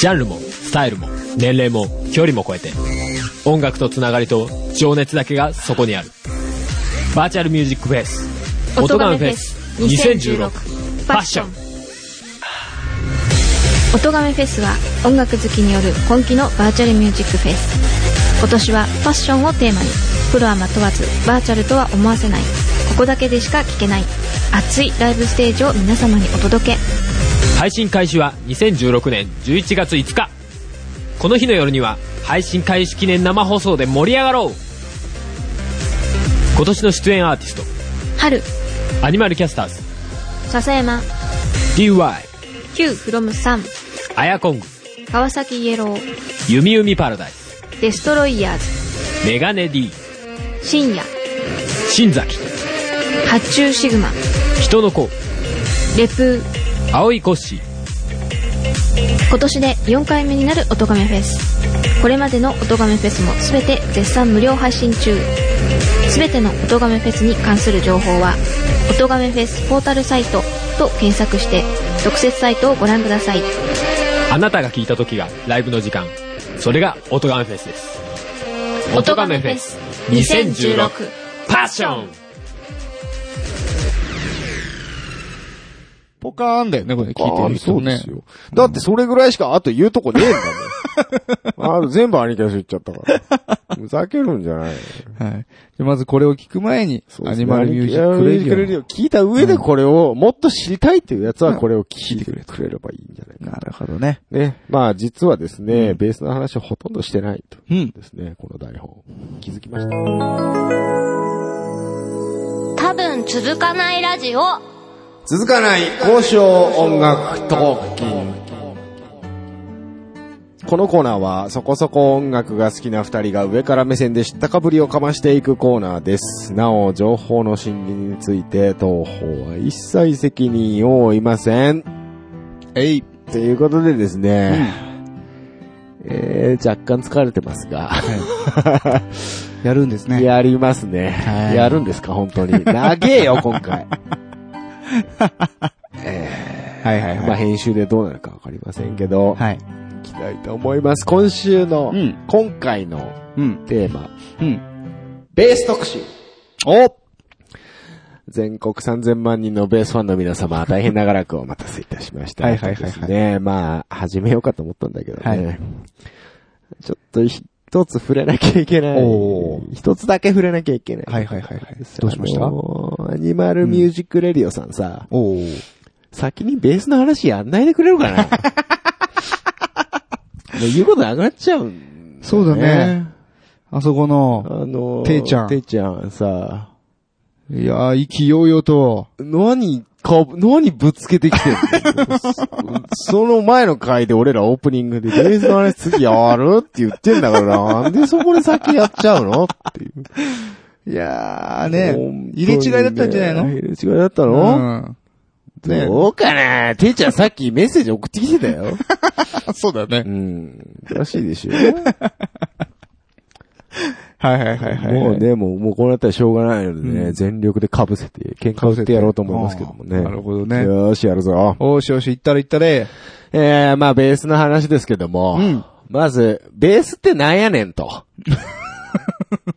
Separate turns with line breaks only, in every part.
ジャンルも、スタイルも、年齢も、距離も超えて、音楽とつながりと情熱だけがそこにある。バーチャルミュージックフェス、音ガンフェス2016ファッション。
音亀フェスは音楽好きによる今季のバーチャルミュージックフェス今年はファッションをテーマにプロはま問わずバーチャルとは思わせないここだけでしか聞けない熱いライブステージを皆様にお届け
配信開始は2016年11月5日この日の夜には配信開始記念生放送で盛り上がろう今年の出演アーティス
春
トアニマルキャスターズ
笹山
DY
Q フロム3
アヤコング
川崎イエロー
弓弓パラダイス
デストロイヤーズ
メガネ D
深夜
新崎
発注シグマ
人の子
レプー
青いコッシー
今年で4回目になる音亀フェスこれまでの音亀フェスも全て絶賛無料配信中全ての音亀フェスに関する情報は「音亀フェスポータルサイト」と検索して特設サイトをご覧ください
あなたが聞いた時がライブの時間それがオトガメフェスです
オトガメフェス2016
パッション
ポカーンだよね、これ聞いてる人ね。
そうですよ。だってそれぐらいしかあと言うとこねえんだも ん。あの全部兄貴の人言っちゃったから。ふざけるんじゃな
は
い。
い。じゃまずこれを聞く前に、
そう
ア
です
ニ
ね
マルミュージッ
アニマ
ク
ル
レ
ミュー
デ
ジックレデ
ィ
ィオを聞いた上でこれをもっと知りたいっていうやつはこれを聞いてくれくれればいいんじゃない
オ。
か
な
な。
るほどね。
ね。まあ実はですね、ベースの話をほとんどしてないと。
うん。
ですね、この台本。気づきました。
多分続かないラジオ
続かない交渉音楽トーキングこのコーナーはそこそこ音楽が好きな二人が上から目線で知ったかぶりをかましていくコーナーですなお情報の審議について当方は一切責任を負いません
えい。
ということでですね、えー、若干疲れてますが、
やるんですね。
やりますね、
はい
やるんですか本当に長えよ今回えー
はいはい
まあ
はい。
編集でどうなるかわかりませんけど、
はい。
いきたいと思います。今週の、
うん
今回の
うん。
テーマ、
うん。
ベース特集。
お
全国3000万人のベースファンの皆 様、大変長らくお待たせいたしました。
はいはいはいはい
ですね、まあ、始めようかと思ったんだけどね。
はい
ちょっと一つ触れなきゃいけない
お。
一つだけ触れなきゃいけない。
はいはいはいはい。どうしました
あのーアニマルミュージックレディオさんさ、
おー。
先にベースの話やんないでくれる かなもう言うことなくなっちゃうんだ
そ
よ
うだね。あそこの、
あのー、
ていちゃん
ていちゃんさ、
いやー、意気揚々と、
何か、何ぶつけてきてるその 前の回で俺らオープニングで、ベースの話次やるって言ってんだから、なんでそこで先やっちゃうのっていう。
いやー
本
ね、
当に
入れ違いだったんじゃないの
入れ違いだったの、
うん。ね
どうかなていちゃんさっきメッセージ送ってきてたよ。
そうだ
う
ね。
ん。らしいでしょ。
はいはいはいはい。
もう、ね、もう、もうこうなったらしょうがないのでね、
うん
全力で被せて、喧嘩売ってやろうと思いますけどもね。
なるほどね。
よーし、やるぞ。
おーしおし、行ったれ行った れ。
えー、まあ、ベースの話ですけども、
うん
まず、ベースってなんやね んと。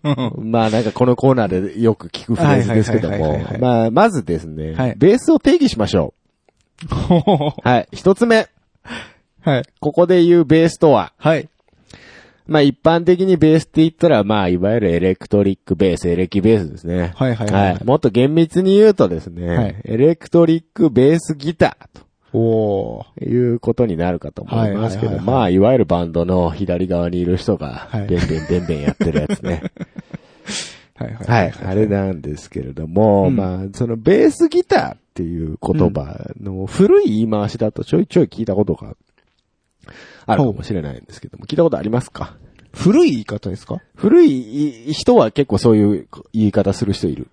まあ、なんかこのコーナーでよく聞くフレーズですけど
はいはいはい
も
はいはい、
まあ、まずですね、
はい
ベースを定義しましょう。はい。一つ目、
はい。
ここで言うベースとは、
はい。
まあ、一般的にベースって言ったら、まあ、いわゆるエレクトリックベース、エレキベースですね。
はいはいはいはい
もっと厳密に言うとですね、
はい
エレクトリックベースギターと。
おー。
いうことになるかと思いますけ
はいはいはい
ど、
はい
まあ、いわゆるバンドの左側にいる人が
はい、
べんべんべんべんやってるやつね。
はい はい。
はい、あれなんですけれども、
うん
まあ、そのベースギターっていう言葉の古い言い回しだとちょいちょい聞いたことがあるかもしれないんですけども、聞いたことありますか
古い言い方ですか
古い人は結構そういう言い方する人いる。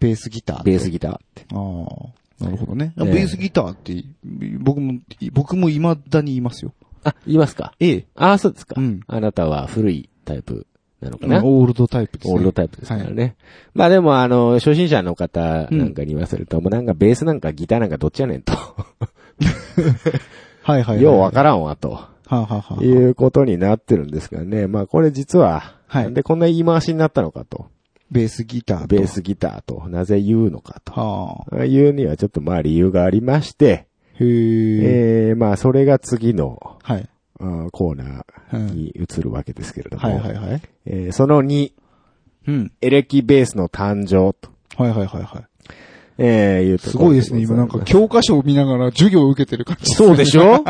ベースギター。
ベースギターって。
ああ。なるほどね。
ええ
ベースギターって、僕も、僕も未だに言いますよ。
あ、言いますか
ええ。
ああ、そうですか、
うん
あなたは古いタイプなのかな
オールドタイプですね。
オールドタイプですから
はい
ね。まあでも、あの、初心者の方なんかに言わせると、もうなんかベースなんかギターなんかどっちやねんと。
はいはいはい。
ようわ
は
からんわ、と
あはあはあはあ
いうことになってるんですがね。まあこれ実は、
はい
なんでこんな言い回しになったのかと。
ベースギターと。
ベー。スギターと、なぜ言うのかと。
はあ。
いうにはちょっとまあ理由がありまして、
へえ。
えー、まあそれが次の、
はい。
あーコーナ
う
ー
ん。
に移るわけですけれども、
はいはいはい。
えーその2、
うん。
エレキベースの誕生と、
はいはいはいはい。
えー、いうと
す
ころ
ごいですね。今なん
ご
か
ざい
教科書を見ながら授業を受けてる感
ます
じ。
そうで しょ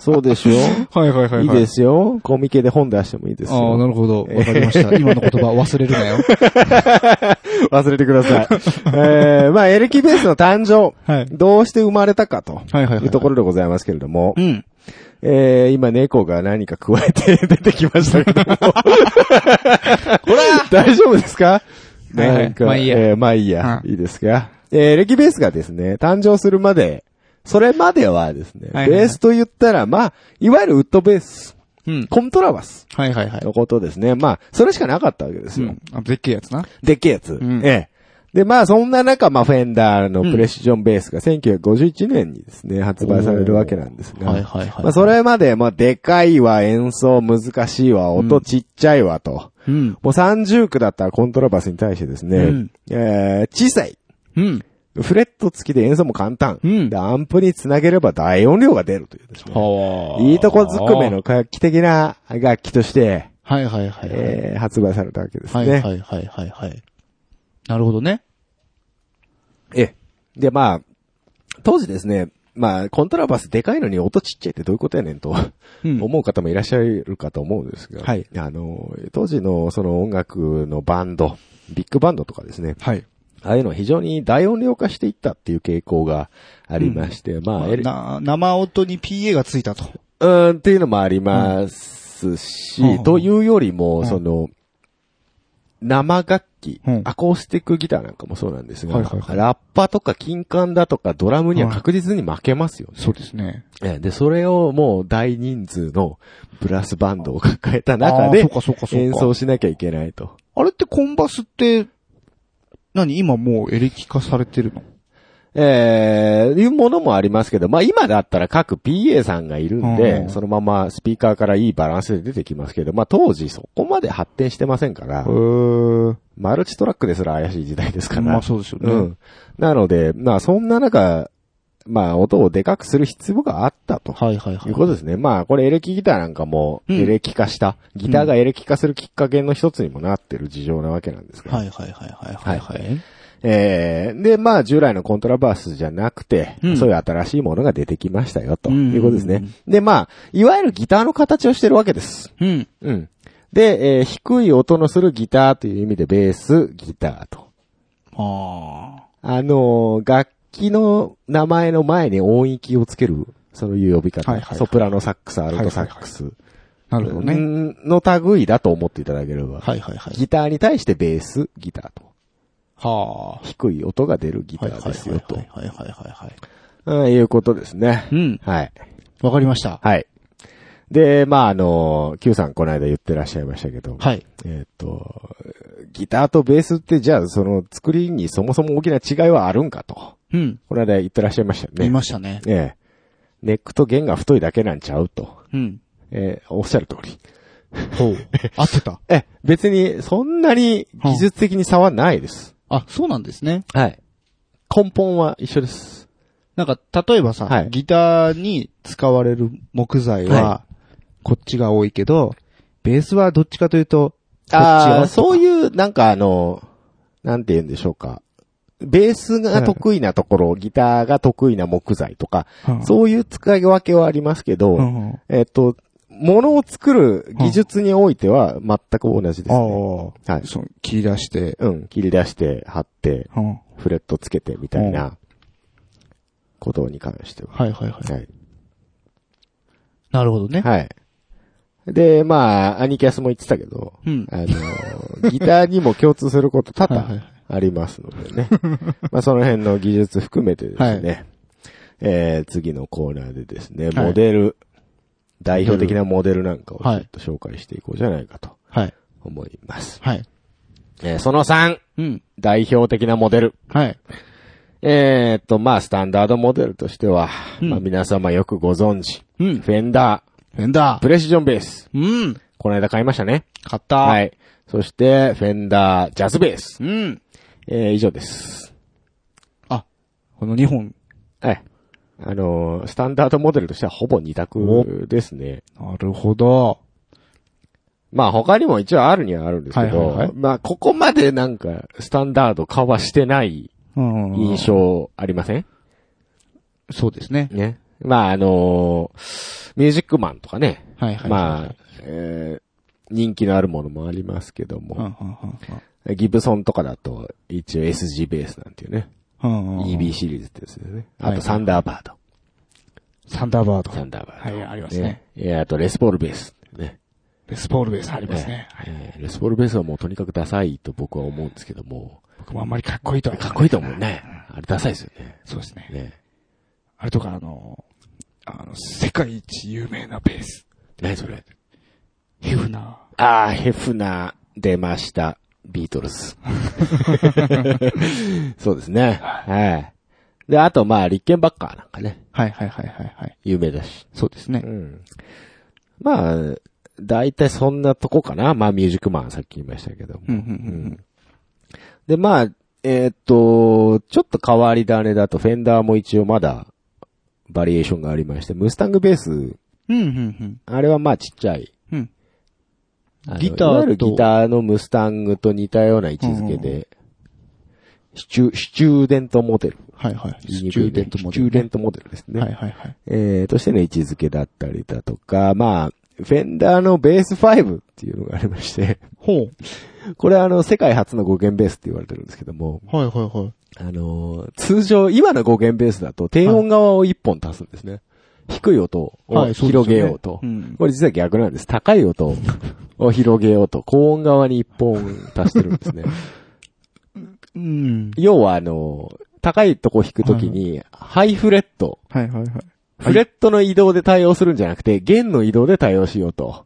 そうでしょ
はいはいはいはい
いで。すよ。コミケで本出してもいいですよ。
ああ、なるほど。わかりました。今の言葉忘れるな よ。
忘れてください。えー、まあエレキベースの誕生、
はい。
どうして生まれたかと
はいはいはい。
いうところでございますけれども、
うん。
えー、今猫が何か加えて 出てきましたけど も。ほら大丈夫ですか
はいはい
なんか
まあいいや
えーまあいいや。
う
いいですか。えー、レキベースがですね、誕生するまで、それまではですね、
はいはいはい
ベースと言ったら、まあ、いわゆるウッドベース、
うん。
コントラバス
はいはいはい。
のことですね。まあ、それしかなかったわけです
う
よ。
ん。あ、でっけえやつな。
でっけえやつ。
ん
ええ。で、まあ、そんな中、まあ、フェンダーのプレシジョンベースが1951年にですね、発売されるわけなんですが、
はいはいはい。
まあ、そ。れまで、まあ、でかいわ、演奏難しいわ、音ちっちゃいわ、と。
うん。
もう30区だったらコントラバスに対してですね、
うん
えー、小さい。
うん。
フレット付きで演奏も簡単。
うん
で、アンプにつなげれば大音量が出るというですね。
はあ。
いいとこずくめの。画期的な楽器として、
はいはいはいはい。
えー、発売されたわけですね。
はいはいはいはいはい。なるほどね。
ええ。で、まあ、当時ですね、まあ、コントラバスでかいのに音ちっちゃいってどういうことやねんと、
うん
思う方もいらっしゃるかと思うんですが、
はい
あの、当時のその音楽のバンド、ビッグバンドとかですね、
はい。
ああいうのは非常に大音量化していったっていう傾向がありまして、まあ、エレ
な、生音に PA がついたと。
うーんっていうのもありますし、
うん
というよりも、
うん
その、生楽器、
うん
アコースティックギターなんかもそうなんですが、
はいはいはい
ラッパとか金管だとかドラムには確実に負けますよね。
そうですね。
ええで、それをもう大人数のブラスバンドを抱えた中
あーそ
で
うかそうかそうか。
演奏しなきゃいけないと。
あれってコンバスって、何今もうエレキ化されてるの
ええいうものもありますけど、まあ今だったら各 PA さんがいるんで、
うん
そのままスピーカーからいいバランスで出てきますけど、まあ当時そこまで発展してませんから、
ー。
マルチトラックですら怪しい時代ですから。
まあそうですよね。
うん。なので、まあそんな中、まあ音をでかくする必要があったと。。
はいはいはいいう
ことですね。まあ、これエレキギターなんかも、
うん
エレキ化した、ギターがエレキ化するきっかけの一つにもなってる事情なわけなんですけど。
はいはいはいはいはい。はい、
えー、で、まあ、従来のコントラバースじゃなくて、
うん
そういう新しいものが出てきましたよ、と
うん
いうことですね。で、まあ、いわゆるギターの形をしてるわけです。
うん。
うん。で、えー低い音のするギターという意味で、ベース、ギターと。
あ
あのー楽器の名前の前に音域をつける、そういう呼び方。
はいはいはい
ソプラノサックス、アルトサックス。
あ。なるほどね。
んの類だと思っていただければ。
はいはいはい。
ギターに対してベース、ギターと。
は
低い音が出るギ
あ。
ターですよ、と
はい。はいはいはいはい。
うんいうことですね
う。ん。
はい。
わかりました。
はい。で、まあ、あの、Q さんこの間言ってらっしゃいましたけど、
はい。
えっと、ギターとベースってじゃあその作りにそもそも大きな違いはあるんかと。
うん。
この間言ってらっしゃいましたよ
見
ね。
ましたね。
ええ。ネックと弦が太いだけなんちゃうと。
うん。
ええ、おっしゃる通り。
ほう。 合ってた。
ええ、別にそんなに技術的に差はないです。
あ、そうなんですね。
はい。根本は一緒です。
なんか、例えばさ、
はい
ギターに使われる木材
は
は、こっちが多いけど、ベースはどっちかというと、こっち
ああ、
よ
そういう、なんかあの、なんて言うんでしょうか。ベースが得意なところ、ギターが得意な木材とか、
うん
そういう使い分けはありますけど、
うんあ
えっと、物を作る技術においては全く同じです
あ、
ね。はい。
そう、切り出して、
うん。切り出して、貼って、
うんは
フレットつけてみたいな、ことに関しては。
いはいはい。
はい。
なるほどね。
はい。で、まあ、アニキャスも言ってたけど、
うん。
あの、ギターにも共通すること多
はいはい
々
はい
ありますのでね。 まあその辺の技術含めてですね、えー、次のコーナーでですね、
はい
モデル、代表的なモデルなんかをちょ
はい
っと紹介していこうじゃないかと
はい。
思います。
はい。
えーその3、
うん。
代表的なモデル。
はい。
えー、っと、まあ、スタンダードモデルとしては、
うん
まあ、皆様よくご存知、
うん
フェンダ
フェンダ
ー、プレシジョンベース。
ー。うん。
この間買いましたね。
買った。
は。い。そして、フェンダー、ジャズベース。
うん。
えー、以上です。
あ、この2本。
はい。あのースタンダードモデルとしてはほぼ二択ですね。
なるほど。
まあ他にも一応あるにはあるんですけど、
はいはいはい
まあここまでなんかスタンダード化はしてない
うん。
印。象ありません、
そうですね。
ね。まああのーミュージックマンとかね。
はいはいはい。
まあ、えー人気のあるものもありますけど
うん、う
も、
ん、
ギブソンとかだと一応 SG ベースなんていうね、
うんうん。うん。
EB。シリーズってですね。
はい
あとサンダーバード。
サンダーバード。
サンダーバード。
はい、ありますね。
ね。えーあとレスポールベース。ね。
レスポールベースありますね。
えーレスポールベースはもうとにかくダサいと僕は思うんですけども、
僕もあんまりかっこいいとは。
かっこいいと思うね。あれダサいですよね。
そうですね。
ね。
あれとか、あの、あの、世界一有名なベース。
何それ。
ヒフナ
あー、ヘフナー出ました。ビート ルズ。そうですね。はい。で、あとまあ、立憲ばっかなんかね、
ー。はいはいはいはいはい。
有名だし。
そうですね
う。ん。まあ、大体そんなとこかな。まあ、ミュージックマンさっき言いましたけども。
うん、うん、
で、まあ、えーっと、ちょっと変わり種だと、フェンダーも一応まだ、バリエーションがありまして、ムスタングベース、
うん。うん、うん、
あれはまあちっちゃい。
うん
あの
ギターと
いわゆるギターのムスタングと似たような位置づけ
うんう
で、シチュ、シチューデントモデル。
はいはい。
言い
ス
にく
チ
い
ュ
ね
ーデントモデ
シチュ
ル
ーデントモデルですね。
はいはいはい。
えー、としての位置づけだったりだとか、まあ、フェンダーのベース5っていうのがありまして、
ほう。
これはあの、世界初の5弦ベースって言われてるんですけども、
はいはいはい。
あのー通常、今の5弦ベースだと低音側を1本足すんですね。低い音を広げようと。
ん。
これ実は逆なんです。高い音を広げようと、高音側に一本足してるんです ね。
うん。
要はあの、高いとこ弾くときに、ハイフレット、
はいはいはい。
フレットの移動で対応するんじゃなくて、弦の移動で対応しようと。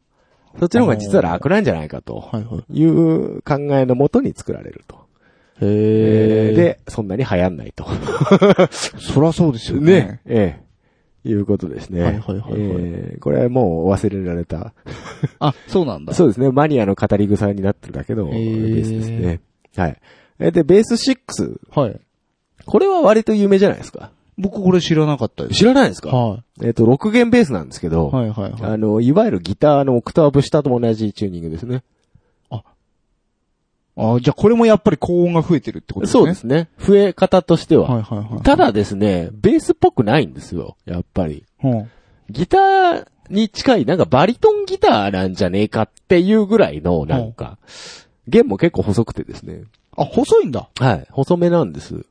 そっちの方が実は楽なんじゃないかと
はいはい。
いう考えのもとに作られると。
へで、
で、そんなに流行んないと。
そらそうですよね。
ね。 ええ。いうことですね。
はいはいはいはい
ええこれはもう忘れられた
あ、そうなんだ。
そうですね。マニアの語り草になってるだけの
へ
ベ
ー
ースですね。はい。えで、ベース6。
はい。
これは割と有名じゃないですか。
僕これ知らなかったです。
知らないですか
は
えっ、と、6弦ベースなんですけど、
い。はいはいはい。
あの、いわゆるギターのオクターブ下と同じチューニングですね。
あ、じゃあこれもやっぱり高音が増えてるってことですね。
そうですね。増え方としては。
はいはいはい。
ただですね、ベースっぽくないんですよ。やっぱり。
うん。
ギターに近い、なんかバリトンギターなんじゃねえかっていうぐらいの、なんか、弦も結構細くてですね。
あ、細いんだ。
はい。細めなんです。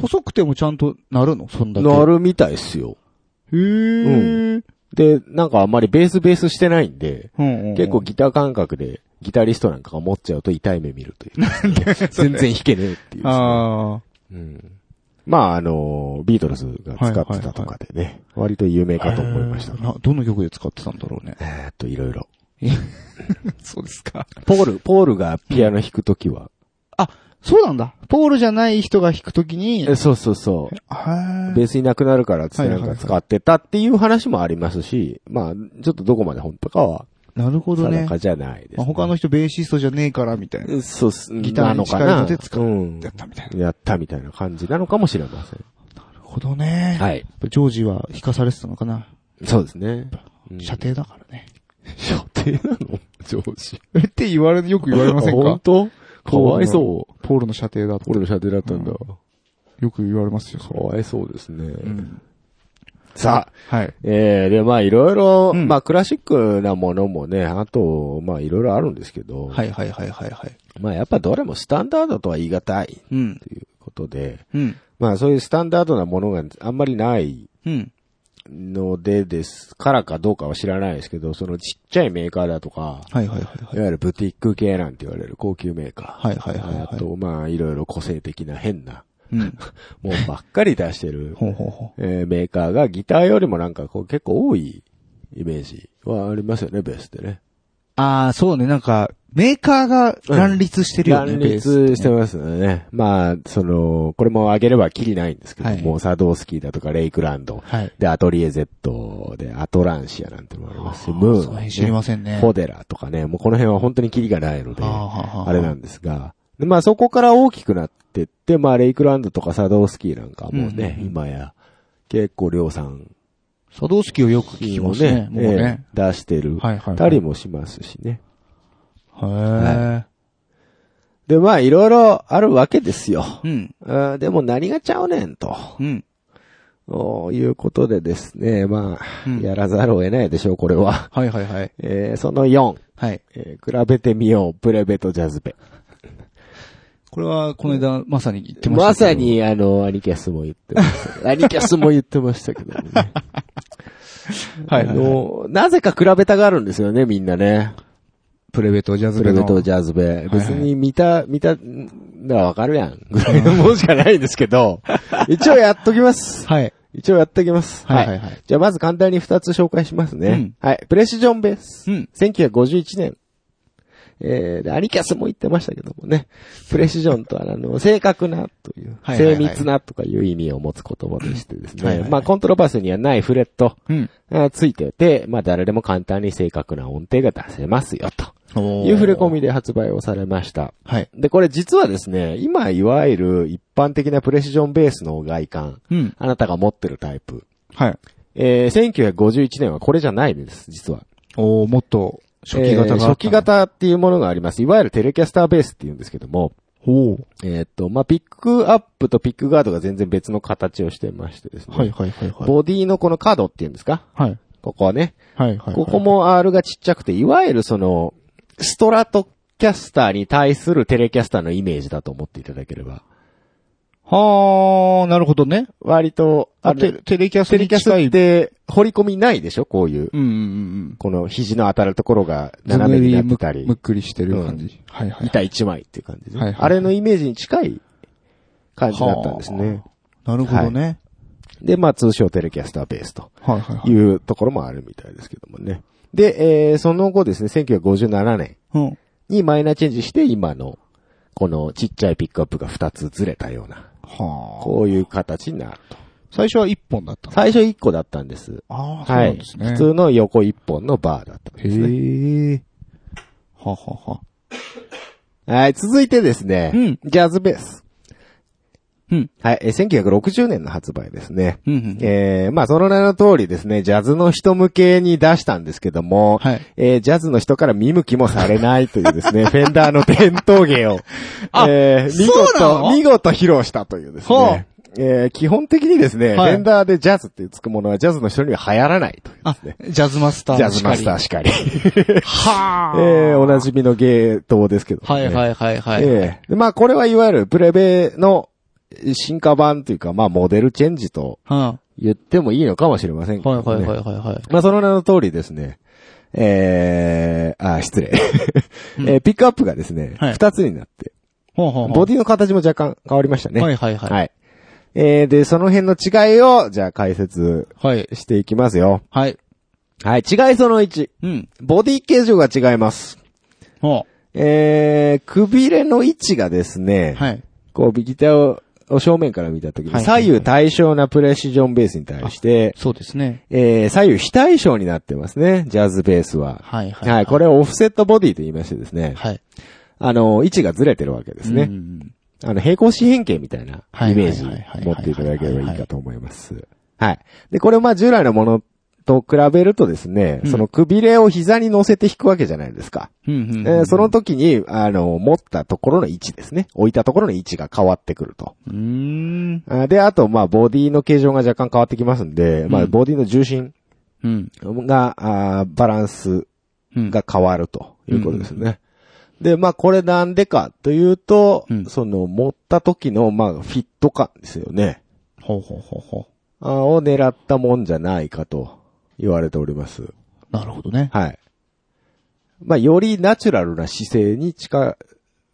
細くてもちゃんとなるのそんだけ。
な。るみたいっすよ。
へー。
で、なんかあんまりベースベースしてないんで、
うんうんうん
結構、ギター感覚で、ギタリストなんかが持っちゃうと痛い目見るという。 全然弾けねえっていう、
あ
うん。まあ、あの、ビートルズが使ってたとかでね、割と有名
あ。
かと思いました
へー。な、どの曲で使ってたんだろうね。
えーっと、いろいろ。
そうですか。
ポール、ポールがピアノ弾くときは、
そうなんだ。ポールじゃない人が弾くときに、
えそうそうそう。
は
ベースいなくなるからっつってなんか使ってたっていう話もありますし、まあ、ちょっとどこまで本当かは、
なるほど
定
ね。
かじゃないです、
まあ他の人ベーシストじゃねえから、みたいな。
そうっす。
ギターに近いので使う
なの
やっ
か
たみたいな。
なうん。やったみたいな感じなのかもしれません。
なるほどね。やっ
はい。
ぱジョージは弾かされてたのかな。
そうですね。
射程だからね。
射程なの上 司。
って言われ、よく言われませ ん
本
か
当かわいそう。
ポールの射程だと。
俺の射程だったんだ。か
よく言われますよ、それ。
わいそうですね。
さ
さ
あ。
あ。
はい。
ええで、まあいろいろ、
うん
まあクラシックなものもね、あと、まあいろいろあるんですけど、
はいはいはいはいはい。
まあやっぱどれもスタンダードとは言い難い
うん。
ということで、
うん。
まあそういうスタンダードなものがあんまりない
うん。
のでですからかどうかは知らないですけど、そのちっちゃいメーカーだとか、
はいはいはい
い
はい。
わゆるブティック系なんて言われる高級メーカー。
はいはいはいはい
あと、まあ、いろいろ個性的な変な
うん。
もんばっかり出してる、
ほうほうほ
えーメーカーがギターよりもなんかこう結構多いイメージはありますよね、ベースでね。
ああ、そうね、なんか、メーカーが乱立してるよね、
乱
ベースって
立
ね
してますね。まあ、その、これも上げればきりないんですけど、
はい
もうサドースキーだとかレイクランド、
はい。
で、アトリエ Z で、アトランシアなんてのもありますし、
そ
ム
の辺知り
ーン、
ませんね。
フォデラとかね、もうこの辺は本当にキリがないので、
はあはあはあ
あれなんですが、でまあそこから大きくなってって、まあレイクランドとかサドースキーなんかもね、
うんうんうん
今や、結構量産
佐藤式をよく聞きますね、もう
え
ね。
え出してる。
はいはいはい。
たりもしますしね。
へえ。
で、まあ、いろいろあるわけですよ。
うん。
あーでも何がちゃうねんと。
うん。
おーいうことでですね、まあ、
うん
やらざるを得ないでしょう、これは。
はいはいはい。
えーその4、
はい。
えー比べてみよう、プレベとジャズベ。
これは、この間、まさに言ってました。
まさ。に、あの、アニキャスも言って ました。アニキャスも言ってましたけどもね。
はいはい
あ
はい。
の、なぜか比べたがるんですよね、みんなね。
プレベとジャズ
プ
ベ
レ
の。
ベとジャズベ。
はい
別に見た、見た、んだからわかるやん。ぐらいのもんしかないんですけ ど、一応やっときます。
はい。
一応やっておきます。
はいはいはい。
じゃあまず簡単に2つ紹介しますね。
うん
はい。プレシジョンベース。
うん
1951年。えーで、アニキャスも言ってましたけどもね。プレシジョンとは、あの、正確なという、
はいはいは
精
い
密なとかいう意味を持つ言葉でしてですね。
はいはいはい
まあ、コントロバースにはないフレット
うん。
がついてて、まあ、誰でも簡単に正確な音程が出せますよ、と
おー
いう触れ込みで発売をされました。
はい。
で、これ実はですね、今、いわゆる一般的なプレシジョンベースの外観、
うん。
あなたが持ってるタイプ、
はい。
えー、1951年はこれじゃないです、実は。
おーもっと、初期型があった
えー
の。
初期型っていうものがあります。いわゆるテレキャスターベースって言うんですけども、
おー
えーっと、まあ、ピックアップとピックガードが全然別の形をしてましてですね。
はいはいはいはい。
ボディのこの角っていうんですか
はい。
ここはね。
はいはい。
ここ。も R がちっちゃくて、いわゆるその、ストラトキャスターに対するテレキャスターのイメージだと思っていただければ。
はー、なるほどね。
割と、
あ、
あ
テ
テ
テレキャス
レ
に
キャスタ
近
ー
い。
って、掘り込みないでしょこういう。
うんうんうん。
この肘の当たるところが
ず
斜
んぐ
めにな
り
って
む
たり。
むっくりしてる感じ。はいはい。
板一枚っていう感じで、
はいはい
あれのイメージに近い感じだったんですね。
なるほどね。
で、まあ通称テレキャスターベースと
はいはいはいい。
うところもあるみたいですけどもね。で、えーその後ですね、1957年
うん。
にマイナーチェンジして今のこのちっちゃいピックアップが2つずれたような、
はあ。
こういう形になると。
最初は一本だったの
最初1個だったんです。
ああ、そう
は
なん
い。
ですね。
普通の横1本のバーだったんです
へ
ね。
え。ははは。
はい、続いてですね、
うん
ジャズベース。
うん。
はい、えー1960年の発売ですね。
うんうん
えーまあその名の通りですね、ジャズの人向けに出したんですけども、
はい
えージャズの人から見向きもされないというで すね、フェンダーの伝統芸を、
あ
えー見
そうなの
事、見事披露したというです
ほう
ね。えー基本的にですね、
はい
フェンダーでジャズってつくものはジャズの人には流行らないという
あ
ですね。、
ジャズマスター。
ジャズマスター。しかり。
はあ。
えーおなじみの芸当ですけど、ね。
はいはいはいはい。
ええでまあ、これはいわゆるプレベの進化版というか、まあ、モデルチェンジと
は
言ってもいいのかもしれませんけ
あ、は
ど、
い
ね。
はいはいはいはい。
まあ、その名の通りですね。ええあ、失礼、 えーピックアップがですね、二、
はい
つになって、
ほうほうほう
ボディの形も若干変わりましたね。
はいはいはい
はい。えーで、その辺の違いを、じゃあ解説
はい。
していきますよ。
はい。
はい、違いその1。
うん。
ボディ形状が違います。
ほ
えー、くびれの位置がですね、
う。はい。
こう、右手を、を正面から見たとき
は
に、
いはいはい
左右対称なプレシジョンベースに対して、
そうですね。
えー、左右非対称になってますね、ジャズベースは。
はいはい。
はい、こ
れ。
れをオフセットボディと言いましてですね、
はい。
あの、位置がずれてるわけです
う
ね。
ん
あの、平行四辺形みたいな
はい
イメージ
はいはいはいはい
持っていただければいいかと思います。はい。で、これをまあ従来のものと比べるとですね、
うん
そのくびれを膝に乗せて弾くわけじゃないですか。
うんうんうん。
えーその時に、あの、持ったところの位置ですね。置いたところの位置が変わってくると。
うーん。
あで、あと、まあ、ボディの形状が若干変わってきますんで、ま
う
あ、
ん
ボディの重心
うん。
が、あーバランス
うん。
が変わるということですね。で、まあ、これなんでかというと、
うん
その、持った時の、まあ、フィット感ですよね。
ほうほうほうほ
あーを狙ったもんじゃないかと言われております。
う。なるほどね。
はい。まあ、よりナチュラルな姿勢に近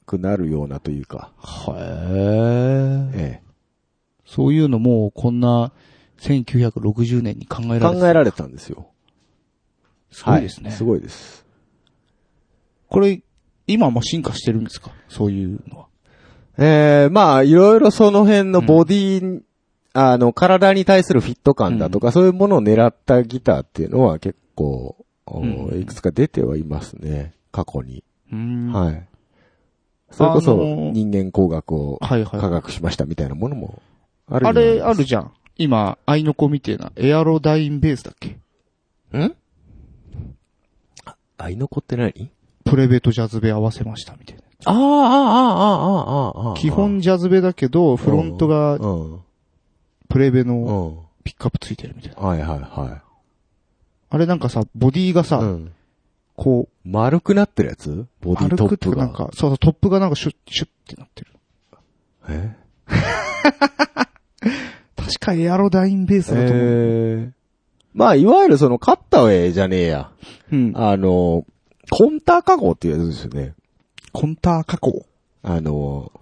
くなるようなというか、
はえ。
ええ
そういうのも、こんな、1960年に考えられ
考
て
えられたんですよ。
すごいですね。
はい。すごいです。
これ、今も進化してるんですかそういうのは。
えー、まあ、いろいろその辺のボディ、あの、体に対するフィット感だとか、そういうものを狙ったギターっていうのは結構、お
うん
いくつか出てはいますね。過去に。
うんはい。
はい。それこそ
あのー
人間工学を
はいはい。
科学しましたみたいなものもある
あ
よう
れ、
なん
あ
で
るじゃん。今、愛の子みてえな、エアロダインベースだっけ
す。んあ、いの子って何
プレベとジャズベ合わせましたみたいな。
ああ、ああ、ああ、ああ、ああ。
基本ジャズベだけど、フロントが
うん。
プレベ
う
の
ん。
ピックアップついてるみたいな。
はいはいは
あれなんかさ、ボディが
い。
さ、
うん。
こ
丸くなってるやつ
う、
ボディト
歩くっ
ッ
てい
プ
うか
が。
なんか、そうそう、トップがなんかシュッ、シュッってなってる。
え
確かエアロダインベースだと思う。
えーまあ、いわゆるその、カッタウェイじゃねえや。
うん。
あの、コンター加工っていうやつですよね。
コンター加工。
あの、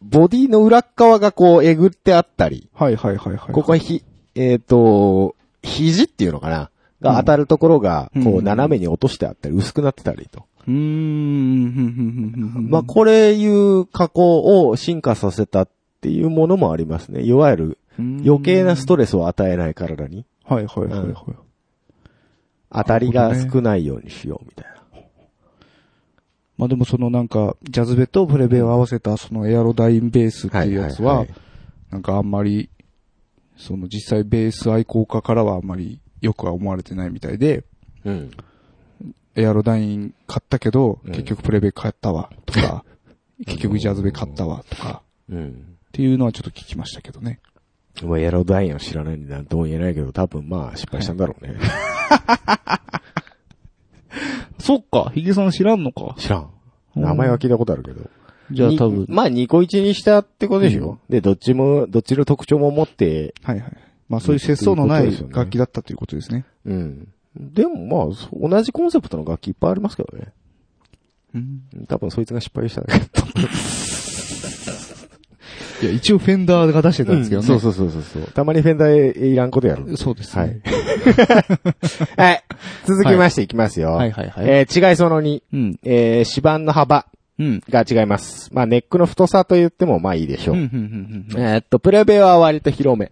ボディの裏っ側がこう、えぐってあったり、
はいはいはいはい。
ここはひ、えっ、と、肘っていうのかなが当たるところが、こ
う
う、
ん
斜めに落としてあったり、薄くなってたりと。
うーん、ふんふんふんふんふん
まあ、これいう加工を進化させたっていうものもありますね。いわゆる、余計なストレスを与えない体に、
はいはいはいはい。
当たりが少ないようにしようみたいな。
まあでもそのなんか、ジャズベとプレベを合わせたそのエアロダインベースっていうやつは、
はいはい
なんかあんまり、その実際ベース愛好家からはあんまりよくは思われてないみたいで、
はいうん。
エアロダイン買ったけど、
うん
結局プレベ買ったわ、と か、結局ジャズベ買ったわ、とか、
うん。
っていうのはちょっと聞きましたけどね。
まあ、エアロダインを知らないんでなんとも言えないけど、多分まあ、失敗したんだろうね。
そっか、ヒゲさん知らんのか。
知らん。
うん
名前は聞いたことあるけど。
じゃあ
に
多分。
まあ、ニコイチにしたってことでしょ、で、どっちも、どっちの特徴も持って、
はいはい。まあそういう節操のな
という
い
ことですよね
楽器だったということですね。
うん。でもまあ、そ同じコンセプトの楽器いっぱいありますけどね。
うん
多分そいつが失敗したんだけど。
いや、一応フェンダーが出してたんですけどね。
そうそうそうそうそう。たまにフェンダーいらんことやるんで
そうです、
は
ね
い。 はい。続きましていきますよ。
はいはいはい
えー違いその2。
うん。
えー、指板の幅
うん。
が違います。まあ、ネックの太さと言ってもまあいいでしょう。
うんうんうんうん
えーっと、プレベは割と広め。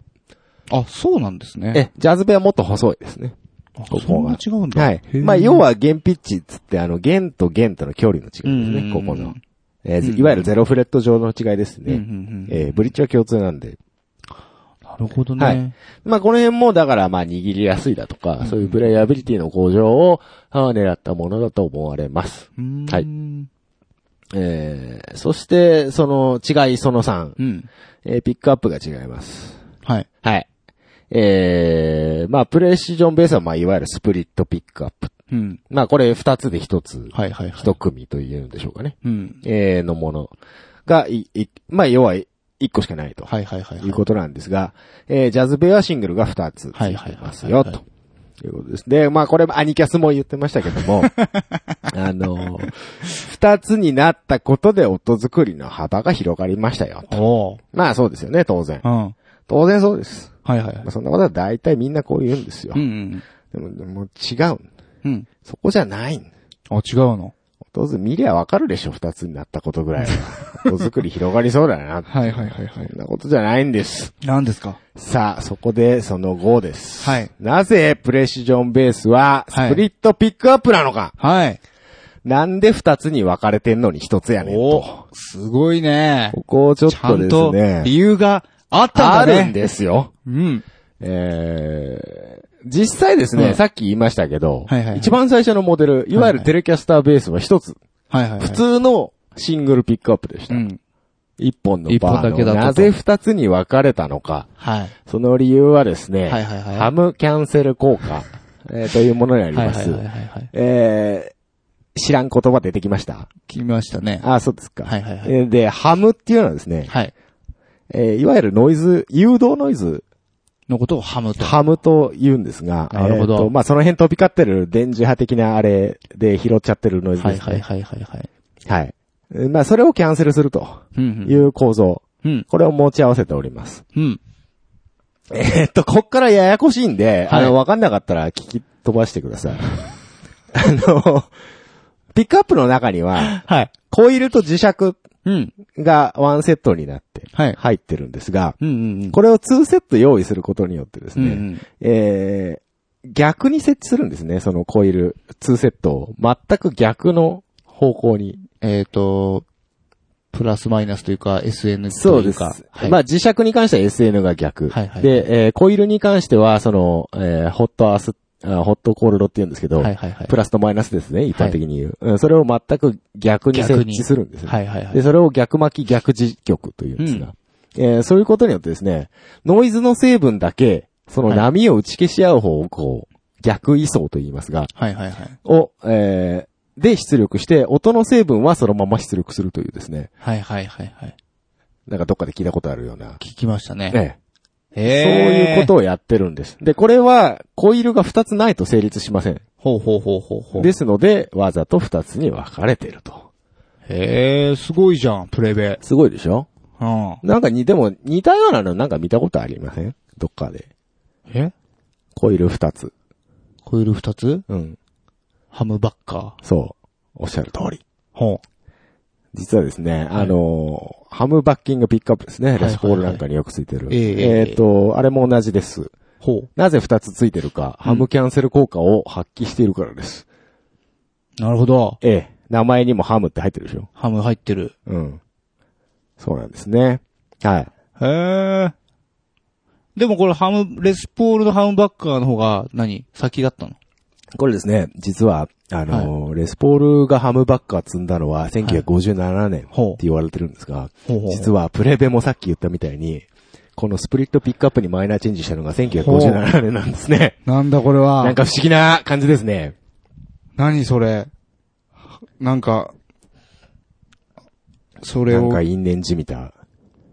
あ、そうなんですね。
え、ジャズベはもっと細いですね。
あ
ここが
そんな違うんだ。
はい
へ。ー
まあ、要、は弦ピッチっつって、あの、弦と弦との距離の違いです
うんうんう
ね、
ん
ここの。えー
うん
いわゆるゼロフレット上の違いです
うんうん
ね。
うん
えーブリッジは共通なんで。
なるほどね。
はいまあ、この辺も、だから、まあ、握りやすいだとか、そういうプレイアビリティの向上を、あー狙ったものだと思われます。
うーん
はい
うん。
えー、そして、その、違いその3。えーピックアップが違います。
はい。
はい。えー、まあ、プレシジョンベースは、まあ、いわゆるスプリットピックアップ。
うん。
まあ、これ二つで一つ、
はいはいはい。
一組と言うんでしょうかね。
うん。
えー、のものが、い、い、まあ、要は、い一個しかないと。
はいはいはいはい。
いうことなんですが、えー、ジャズベアシングルが二つつ
はいい
て
はいはいいはい
ますよ、と。いうことです。で、まあこれもアニキャスも言ってましたけど も、あのー二つになったことで音作りの幅が広がりましたよ、と。
おー
まあそうですよね、当然
う。ん。はい
当然そうです。
はいはい
まあ、。そんなことは大体みんなこう言うんですよ。
うん
でも、でも違うん。
うん。うん。
そこじゃないん。
あ、違うの。
音ず見りゃわかるでしょ、二つになったことぐらい は。音作り広がりそうだな。
はいはいはいは
そ
い
ん。なことじゃないんです。
何ですか
さあ、そこでその5です。
はい
なぜプレシジョンベースは
はい
スプリットピックアップなのか、
はい。
なんで2つに分かれてんのに1つやねんと。
ーすごいね。
ここをちょっ
ちゃ
と
ん
です
と
ね。
理由があった
あ
んだね。
るんですよ。
うん。
えー、実際ですね、
うん
さっき言いましたけど、
はいはいはい
一番最初のモデル、いわゆるテレキャスターベースは1つ、
はいはいはい。
普。通のシングルピックアップでした。
う
一
ん。
1本の
一
バ
本だ
ー
けだ
の
と
なぜ2つに分かれたのか。
はい。
その理由はですね、
はいはいはい
ハムキャンセル効果、えーというものにあり
はい
ま
は
す
い。はいはい。
えー知らん言葉出てきました。
聞きましたね。
あー、そうですか。
はいはいはい
えーで、ハムっていうのはですね、
はい。
えーいわゆるノイズ、誘導ノイズ、
のことをハムと。
ハムと言うんですが、
なるほど
えーとまあ、その辺飛び交ってる電磁波的なあれで拾っちゃってるノイズ
は
で
い
すね。
はいはいはいはい。
はい。えーまあ、それをキャンセルすると
うん
い。う構造。
うん。
これを持ち合わせております。
うん。
えっと、こっからややこしいんで、
はい
あの、わかんなかったら聞き飛ばしてください。あの、ピックアップの中には、
はい。
コイルと磁石
うん。
がワンセットになって
はい。
入ってるんですが、
うんうんうん。
これを2セット用意することによってで
う
す
ん
ね、
うん。
えー、逆に設置するんですね、そのコイル2セットを。全く逆の方向に。
えっと、プラスマイナスというか、SN
そ
と
う
い
で
う
す。
か。はい
まあ、磁石に関しては SN が逆。
はいはい
で、えー、コイルに関しては、その、えー、ホットアース、あホットコールドって言うんですけど、
はいはいはい。
プラスとマイナスですね、一般的に言う。うん、それを全く逆に設
逆に
置するんですね。
はいはいは
で、
い。
それを逆巻き逆磁極というんですが、えーそういうことによってですね、ノイズの成分だけ、その波を打ち消し合う方をこう、逆位相と言いますが、
はいはいはい。
を、えーで出力して、音の成分はそのまま出力するというですね、
はいはいはいはい。
なんかどっかで聞いたことあるような。
聞きましたね。
ね、
そう
そういうことをやってるんです。で、これは、コイルが2つないと成立しません。
ほうほうほうほうほう。
ですので、わざと2つに分かれてると。
へえ、すごいじゃん、プレベ。
すごいでしょ
うん。
なんか似ても、似たようなのなんか見たことありませんどっかで。
え
コイル2つ。
コイル二つ
うん。
ハムバッカー。
そう。おっしゃる通り。
ほ
実はですね、あのーハムバッキングピックアップですね。
いはいは
レ
い
スポールなんかによくついてる。
ええ
えーっと、あれも同じです。
う。ほう。
なぜ2つついてるか、ハムキャンセル効果を発揮しているからです。
なるほど。
ええ。名前にもハムって入ってるでしょ
ハム入ってる。
うん。そうなんですね。はい。
へえ。でもこれハム、レスポールのハムバッカーの方が何、先だったの
これですね、実は、あのーレスポールがハムバッカー積んだのは1957年って言われてるんですが、
ほうほう
実はプレベもさっき言ったみたいに、このスプリットピックアップにマイナーチェンジしたのが1957年なんですね。
なんだこれは
なん、か不思議な感じですね。
何それ。なんか、それ
な
を
ん、か因縁じみた。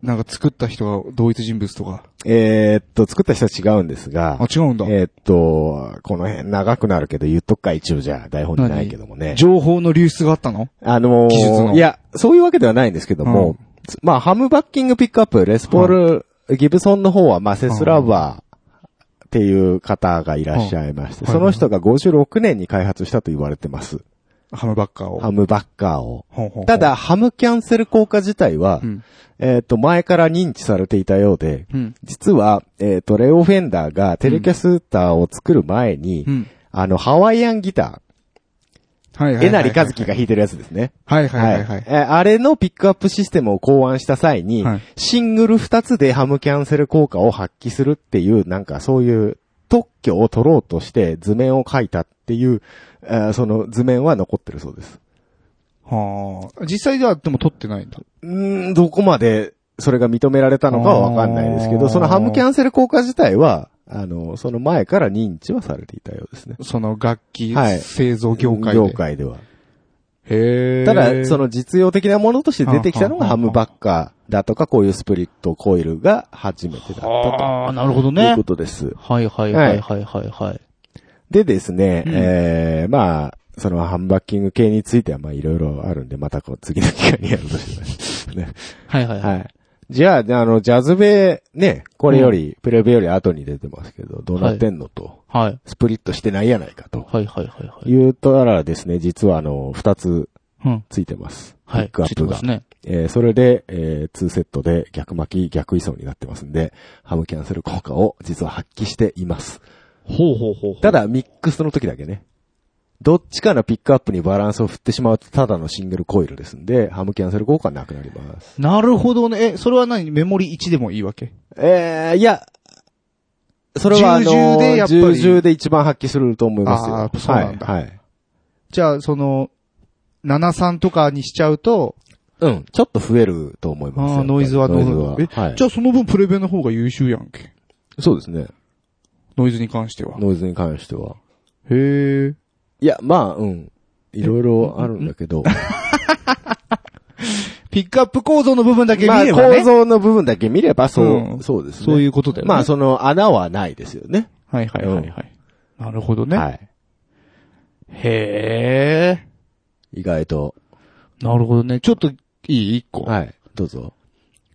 なんか作った人が同一人物とか。
えーっと、作った人は違うんですが
あ、、違うんだ。
えーっと、この辺長くなるけど言っとくか一応じゃあ台本にないけどもね。
情報の流出があったの
あのー
技術の
いや、そういうわけではないんですけど
う
も、
ん
つまあ、ハムバッキングピックアップ、レスポール、ギブソンの方は、まあ、セスラバーっていう方がいらっしゃいまして、
うん
その人が56年に開発したと言われてます。
ハムバッカーを。
ハムバッカーを。
ほうほうほう
た、だ、ハムキャンセル効果自体は、
うん。
えっ、と、前から認知されていたようで、
うん。
実は、えっ、と、レオ・フェンダーがテレキャスターを作る前に、
うん。
あの、ハワイアンギタ
はいはいはいは
ー、
い。
えなりかずきが弾いてるやつですね。
はいはいはいはい。
えーあれのピックアップシステムを考案した際に、
はい
シングル2つでハムキャンセル効果を発揮するっていう、なんかそういう特許を取ろうとして図面を書いたっていう、えーその図面は残ってるそうです。
はあ。実際ではでも撮ってないんだ。
うーん、どこまでそれが認められたのかはわかんないですけ
あー
ど、そのハムキャンセル効果自体は、あの、その前から認知はされていたようですね。
その楽器、
はい
製造業界で。
業界では。
へえ。
ただ、そ、の実用的なものとして出てきたの
はあ
がハ
はあは
ム
あ
バッカーだとか、こういうスプリットコイルが初めてだったと。
ああ、なるほど
とい
ね
うこ。とです。
はいはいはいはいはいはい。
でですね、
うん
えー、まあ、そのハンバッキング系についてはまあいろいろあるんで、またこう次の機会にやるとしてます。 ね、
はいはいはい。
はい。じゃあ、あの、ジャズベね、これより、プレベより後に出てますけど、どうなってんのと、
はい。
スプリットしてないやないかと。
はいはいはいはい。
言うとあらですね、実はあの、二つ
うん。
ついてます。
は
ピ
い
ッ。クア
つ
ッ
いて
プ
ま
が。
すね。
えー、それで、えー、2セットで逆巻き、逆位相になってますんで、ハムキャンセル効果を実は発揮しています。
ほうほうほうほう。
ただ、ミックスの時だけね。どっちかのピックアップにバランスを振ってしまうと、ただのシングルコイルですんで、ハムキャンセル効果はなくなります。
なるほどね。え、それは何メモリ1でもいいわけ
えー、いや、それはあの
重々でやっぱり
重々で一番発揮すると思いますよ。
あーそうなんだ
はい。はい、
じゃあ、その、73とかにしちゃうと、
うん。ちょっと増えると思いますよ。
あーノイズは
ノイズ
ノイズ
は。はい、
じゃあその分プレベの方が優秀やんけ。
そうですね。
ノイズに関しては。
ノイズに関しては。
へえ。
いや、まあ、うん。いろいろあるんだけど。
ピックアップ構造の部分だけ見
まあ、
ればね。
構造の部分だけ見ればそう、
うん
そうですね。
そういうことだよね。
まあ、その穴はないですよね。
はいはいはいはい。なるほどね。
はい。
へえ。
意外と。
なるほどね。ちょっと、いい一個。
はい。どうぞ。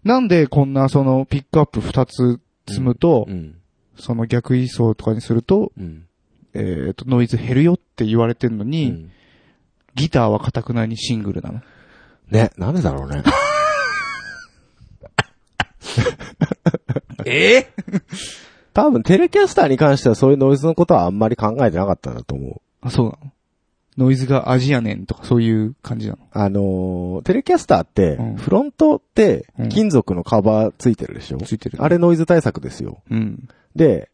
なんでこんなそのピックアップ二つ積むと、
うん。
その逆位相とかにすると、
うん。
えっ、と、ノイズ減るよって言われてんの
う
に、
ん
ギターはかたくなにシングルなの
ね、なんでだろうね。
え
多分、テレキャスターに関してはそういうノイズのことはあんまり考えてなかったんだと思う。
あ、そうなのノイズが味やねんとかそういう感じなの
あのーテレキャスターって
うん、
フロントって
うん
金属のカバーついてるでしょ、
ついてる。
あれノイズ対策ですよ。
うん。
で、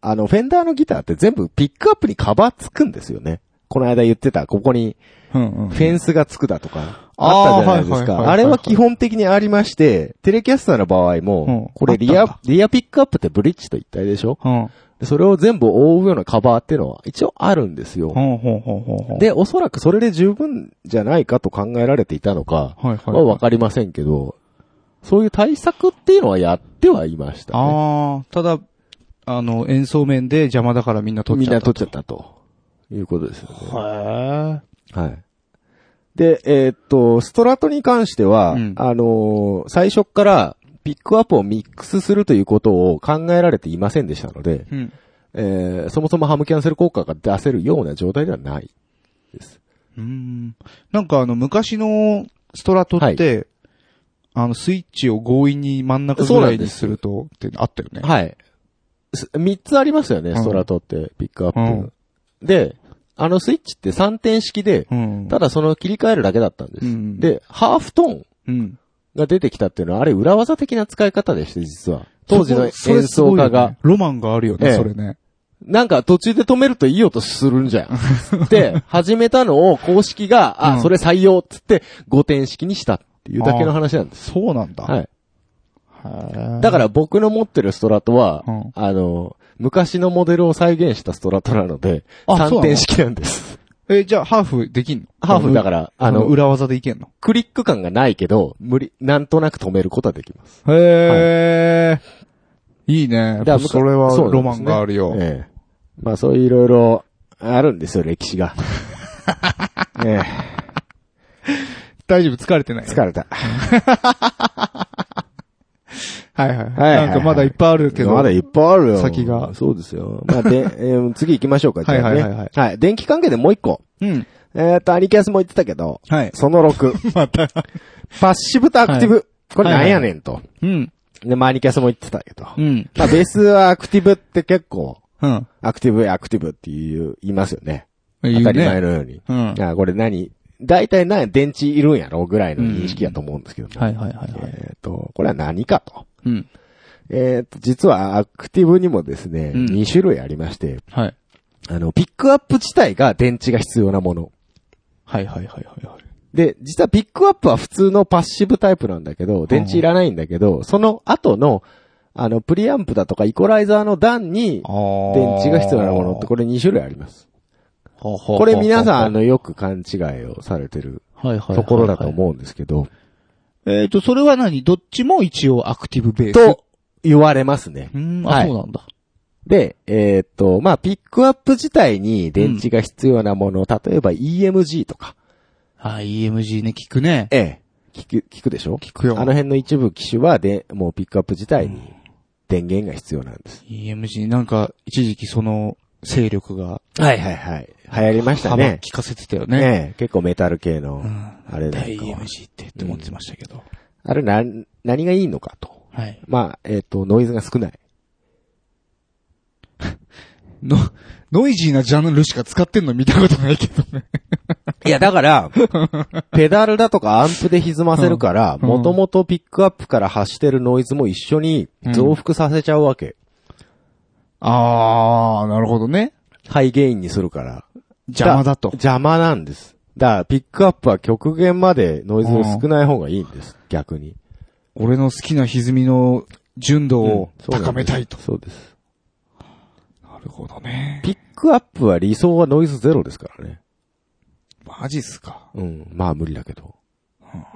あの、フェンダーのギターって全部ピックアップにカバーつくんですよね。この間言ってた、ここに
うんうん。
フェンスがつくだとか、
うん
あったじゃないです
あーはいはいはいはい
か。
はい
あれは基本的にありまして、テレキャスターの場合も
うん、
これリ
あった
ア
ん、
リアピックアップってブリッジと一体でしょ
うん。
でそれを全部覆うようなカバーっていうのは一応あるんですよ。
ほうほうほうほうほう。、
で、おそらくそれで十分じゃないかと考えられていたの
は
か、
いはい。
はわかりませんけど、そういう対策っていうのはやってはいましたね。
ああ、ただ、あの、演奏面で邪魔だからみんな撮っ
みん
ちゃ
な
った
取っ
と。
ちゃったと。いうことですよね。
へ
はい。で、えーっと、ストラトに関しては、
うん
あのー最初っからピックアップをミックスするということを考えられていませんでしたの
え。
で、
うん。
えーそもそもハムキャンセル効果が出せるような状態ではないです。
うーん。なんかあの、昔のストラトって、あの、スイッチを強引に真ん中ぐ
そうな
ら
ん
い
で
に
す
すると、ってあったよね。
はい。す三つありますよね、
ん
ストラトって、ピックアップ。
うん
で、あのスイッチって3点式で、
うん。
ただその切り替えるだけだったんです。
うん
で、ハーフトーン
うん。
が出てきたっていうのは、あれ裏技的な使い方でして、実は。当時の
そこそれ
演奏家。
すごいよね
が、
ロマンがあるよね、
ええ
それね。
なんか途中で止めるといい音する んじゃん。で、始めたのを公式が、あ、
うん
それ採用っつって、5点式にしたっていうだけの話なんです。
そうなんだ。
はい。
はい
だから僕の持ってるストラトは、
うん
あの、昔のモデルを再現したストラトなので、
あそうなの
3点式なんです。
えー、じゃあ、ハーフできんの、
ハーフだからら、あ
あの、
の、
裏技でいけんの
クリック感がないけど、無理、なんとなく止めることはできます。
へえ、いいね。やっぱ
だから
それは
そうなんで
ロマ
すね
ンがあるよ。
ええまあそういういろいろあるんですよ、歴史 が。え
大丈夫、疲れてない。
え疲れた。
はいはい。
はいはい
なんかまだいっぱいあるけど。
まだいっぱいあるよ。
先が
そうですよ。まあ、で、えー次行きましょう か、じゃあね。
はいはいはいはい
電気関係でもう一個。
うん。
えっ、と、アニキャスも言ってたけど、
はい。
その6。
また。
パッシブとアクティブ。これなんやねんと。
うん。
で、まあ、アニキャスも言ってたけど。
うん。
まあ、ベースはアクティブって結構、
うん。
アクティブ、アクティブっていう、言いますよね。
当
当たり前のように。
うん。は
あ
い
あこれ何大体何電池いるんやろぐらいの認識やと思うんですけども、
はいはいはい。
えっ、と、これは何かと。
うん。
えっ、と、実はアクティブにもですね、
うん
2種類ありまして、
はい。
あの、ピックアップ自体が電池が必要なもの。
はいはいはいはいはい。
で、実はピックアップは普通のパッシブタイプなんだけど、電池いらないんだけど、その後の、あの、プリアンプだとかイコライザーの段に
あ、ー
電池が必要なものって、これ2種類あります。
ほうほうほう
これ皆さん、あ、の、よく勘違いをされてる
はいはい。
ところだと思うんですけど、
う。えっと、それは何どっちも一応アクティブベース。
と言われますね
う。ん、
は
あ、
い
そうなんだ。
で、えーっと、まあ、ピックアップ自体に電池が必要なもの、例えば EMG とか、
はい、EMG ね、聞くね。
ええ、聞く、聞くでしょ
聞くよ。
あの辺の一部機種は、で、もうピックアップ自体に電源が必要なんです。
EMG、なんか、一時期その、勢力が、
はいはいはい。流行りました
幅
ね。
聞かせてたよ
え
ね。
え結構メタル系の
う、
あれなん
大
かは
EMG ってって思ってましたけど。
あれな、何がいいのかと。
はい。
まあ、えーっと、ノイズが少ない。
の、ノイジーなジャンルしか使ってんの見たことないけどね。
いや、だから、 ペダルだとかアンプで歪ませるから、
うん
もともとピックアップから発してるノイズも一緒に増幅させちゃうわけ。
あー、なるほどね。
ハイゲインにするから。
邪魔だと。
邪魔なんです。だから、ピックアップは極限までノイズが少ない方がいいんです。逆に。
俺の好きな歪みの純度を
そうなんです
高めたいと。
そうです。
なるほどね。
ピックアップは理想はノイズゼロですからね。
マジっすか。
うん。まあ無理だけど。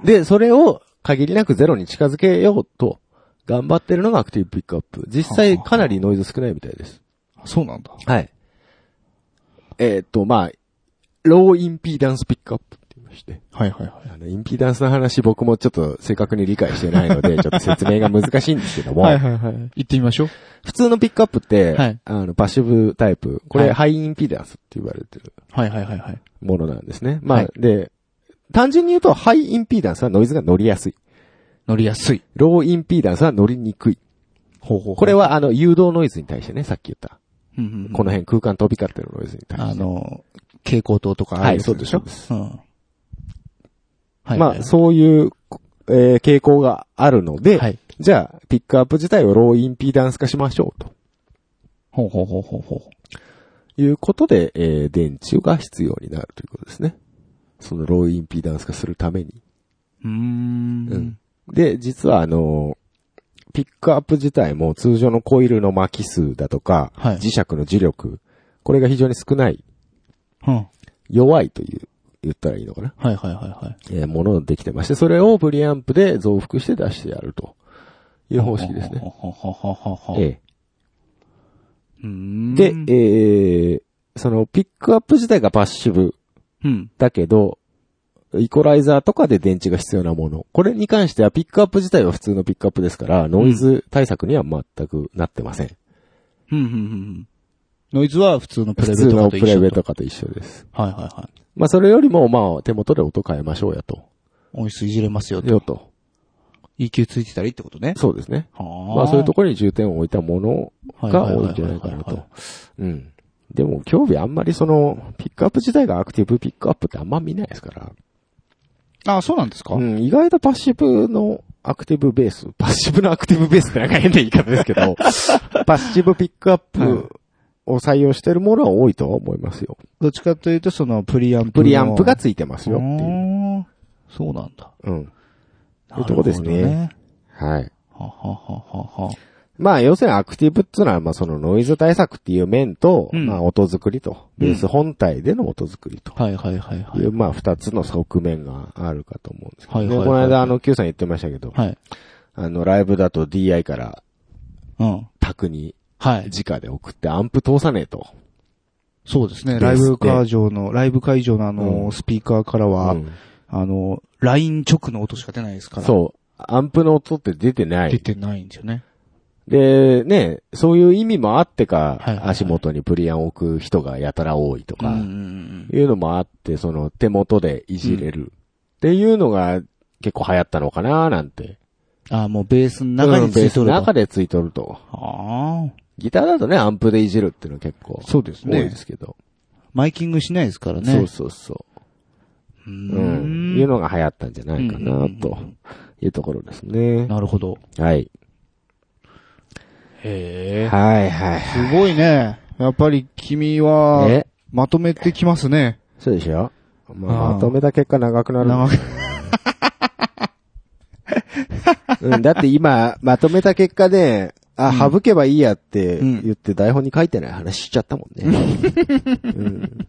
で、それを限りなくゼロに近づけようと頑張ってるのがアクティブピックアップ。実際かなりノイズ少ないみたいです。
そうなんだ。
はい。えーっと、まあ、ローインピーダンスピックアップっていう。まして。
はいはいはい。
あの、インピダンスの話僕もちょっと正確に理解してないの で、ちょっと説明が難しいんですけども、
はいはいはい。行ってみましょう。
普通のピックアップって、
はい
あの、パッシブタイプ、こ
は
れ、
い
ハイインピダンスって言われてる
はいはいはいはい。
ものなんですね。まあ、
はい
で、単純に言うと、ハイインピダンスはノイズが乗りやすい。
乗りやすい。
ローインピダンスは乗りにくい。
ほうほう
これ、は、あの、誘導ノイズに対してね、さっき言った。
うんうんうん
この辺空間飛び交ってるノイズに対して。
あの、蛍光灯とかああ
はいい、
やつ
そうでしょ。
うん。はいはい。
まあ、そういう、えー傾向があるので、
はい。
じゃあ、ピックアップ自体をローインピダンス化しましょう、と
ほうほうほうほうほ
いうことで、えー電池が必要になるということですね。そのローインピダンス化するために。
う。うーん。
うんで、実はあのーピックアップ自体も通常のコイルの巻き数だとか、
はい
磁石の磁力、これが非常に少ない、
うん。はい
弱いという、言ったらいいのかな、
はいはいはい。
えーものができてまして、それをブリアンプで増幅して出してやるという方式ですね。
ほうほうほうほうほう。
え
うー
え
ん
で、えーそのピックアップ自体がパッシブ
うん。
だけど、イコライザーとかで電池が必要なもの。これに関してはピックアップ自体は普通のピックアップですから、ノイズ対策には全くなってません。
うんうんうんうん。ノイズは普通のプレベ
普通
とか
の
と
プ
一緒
レベ
と
とかと一緒です。
はいはいはい。
まあそれよりもまあ手元で音変えましょうやと。
音質いじれますよと。
よと。
EQ ついてたりってことね。
そうですね。
はあ
まあそういうところに重点を置いたものが多いんじゃないかなと。うん。でも今日日あんまりその、ピックアップ自体がアクティブピックアップってあんま見ないですから。
あ、そうなんですか
うん、意外とパッシブのアクティブベース。 パッシブのアクティブベースってなんか変な言い方ですけ ど、パッシブピックアップを採用してるものは多いとは思いますよ。
どっちかというと、その、プリアンプの。
プリアンプがついてます
う
よっていう。
ーんそうなんだ。
うん。
な
いう
るほ
とこ
ど
ですね
ね
はい。
ははははは。
まあ、要するにアクティブっていうのは、まあ、そのノイズ対策っていう面と、
うん
まあ、音作りと、ベース本体での音作りと
はいはいはいはいい。
う、まあ、二つの側面があるかと思うんですけどね。
はいはいはい
この間、あの、Q さん言ってましたけど、
はい。
あの、ライブだと DI から
うん。
宅に
はい。
直で送ってアンプ通さねえと。
そうです
で
ね。ライブ会場の、ライブ会場のあ
う
の、スピーカーからは、
うん
あの、ライン直の音しか出ないですから。
そう。アンプの音って出てな
出
い。
てないんですよね。
で、ね、そういう意味もあってか、
はいはいはい
足元にプリアンを置く人がやたら多いと
うん
か、
うん
いうのもあって、その手元でいじれる、っていうのが結構流行ったのかななんて。
うん。あ、もうベースの中
う
に
ん
ついとる
ベースの
と。
中でついとると。
あ
ギターだとね、アンプでいじるっていうの結構
あ。そうです
多いで
ね。
すけど。
マイキングしないですからね。
そうそうそうう。うん。いう
ーん。
のが流行ったんじゃないか
うんうんう
なんというところですね。
なるほど。
はい。
へえ。
はいはい
す
は
ごいね。やっぱり君
い。
は
え、
まとめてきますね。
そうでしょま
あ
あ、
ー
まとめた結果長くなる。
長く
うん、だって今、まとめた結果で、あ、
うん
省けばいいやって
うん
言って台本に書いてない話しちゃったもん ね。うん、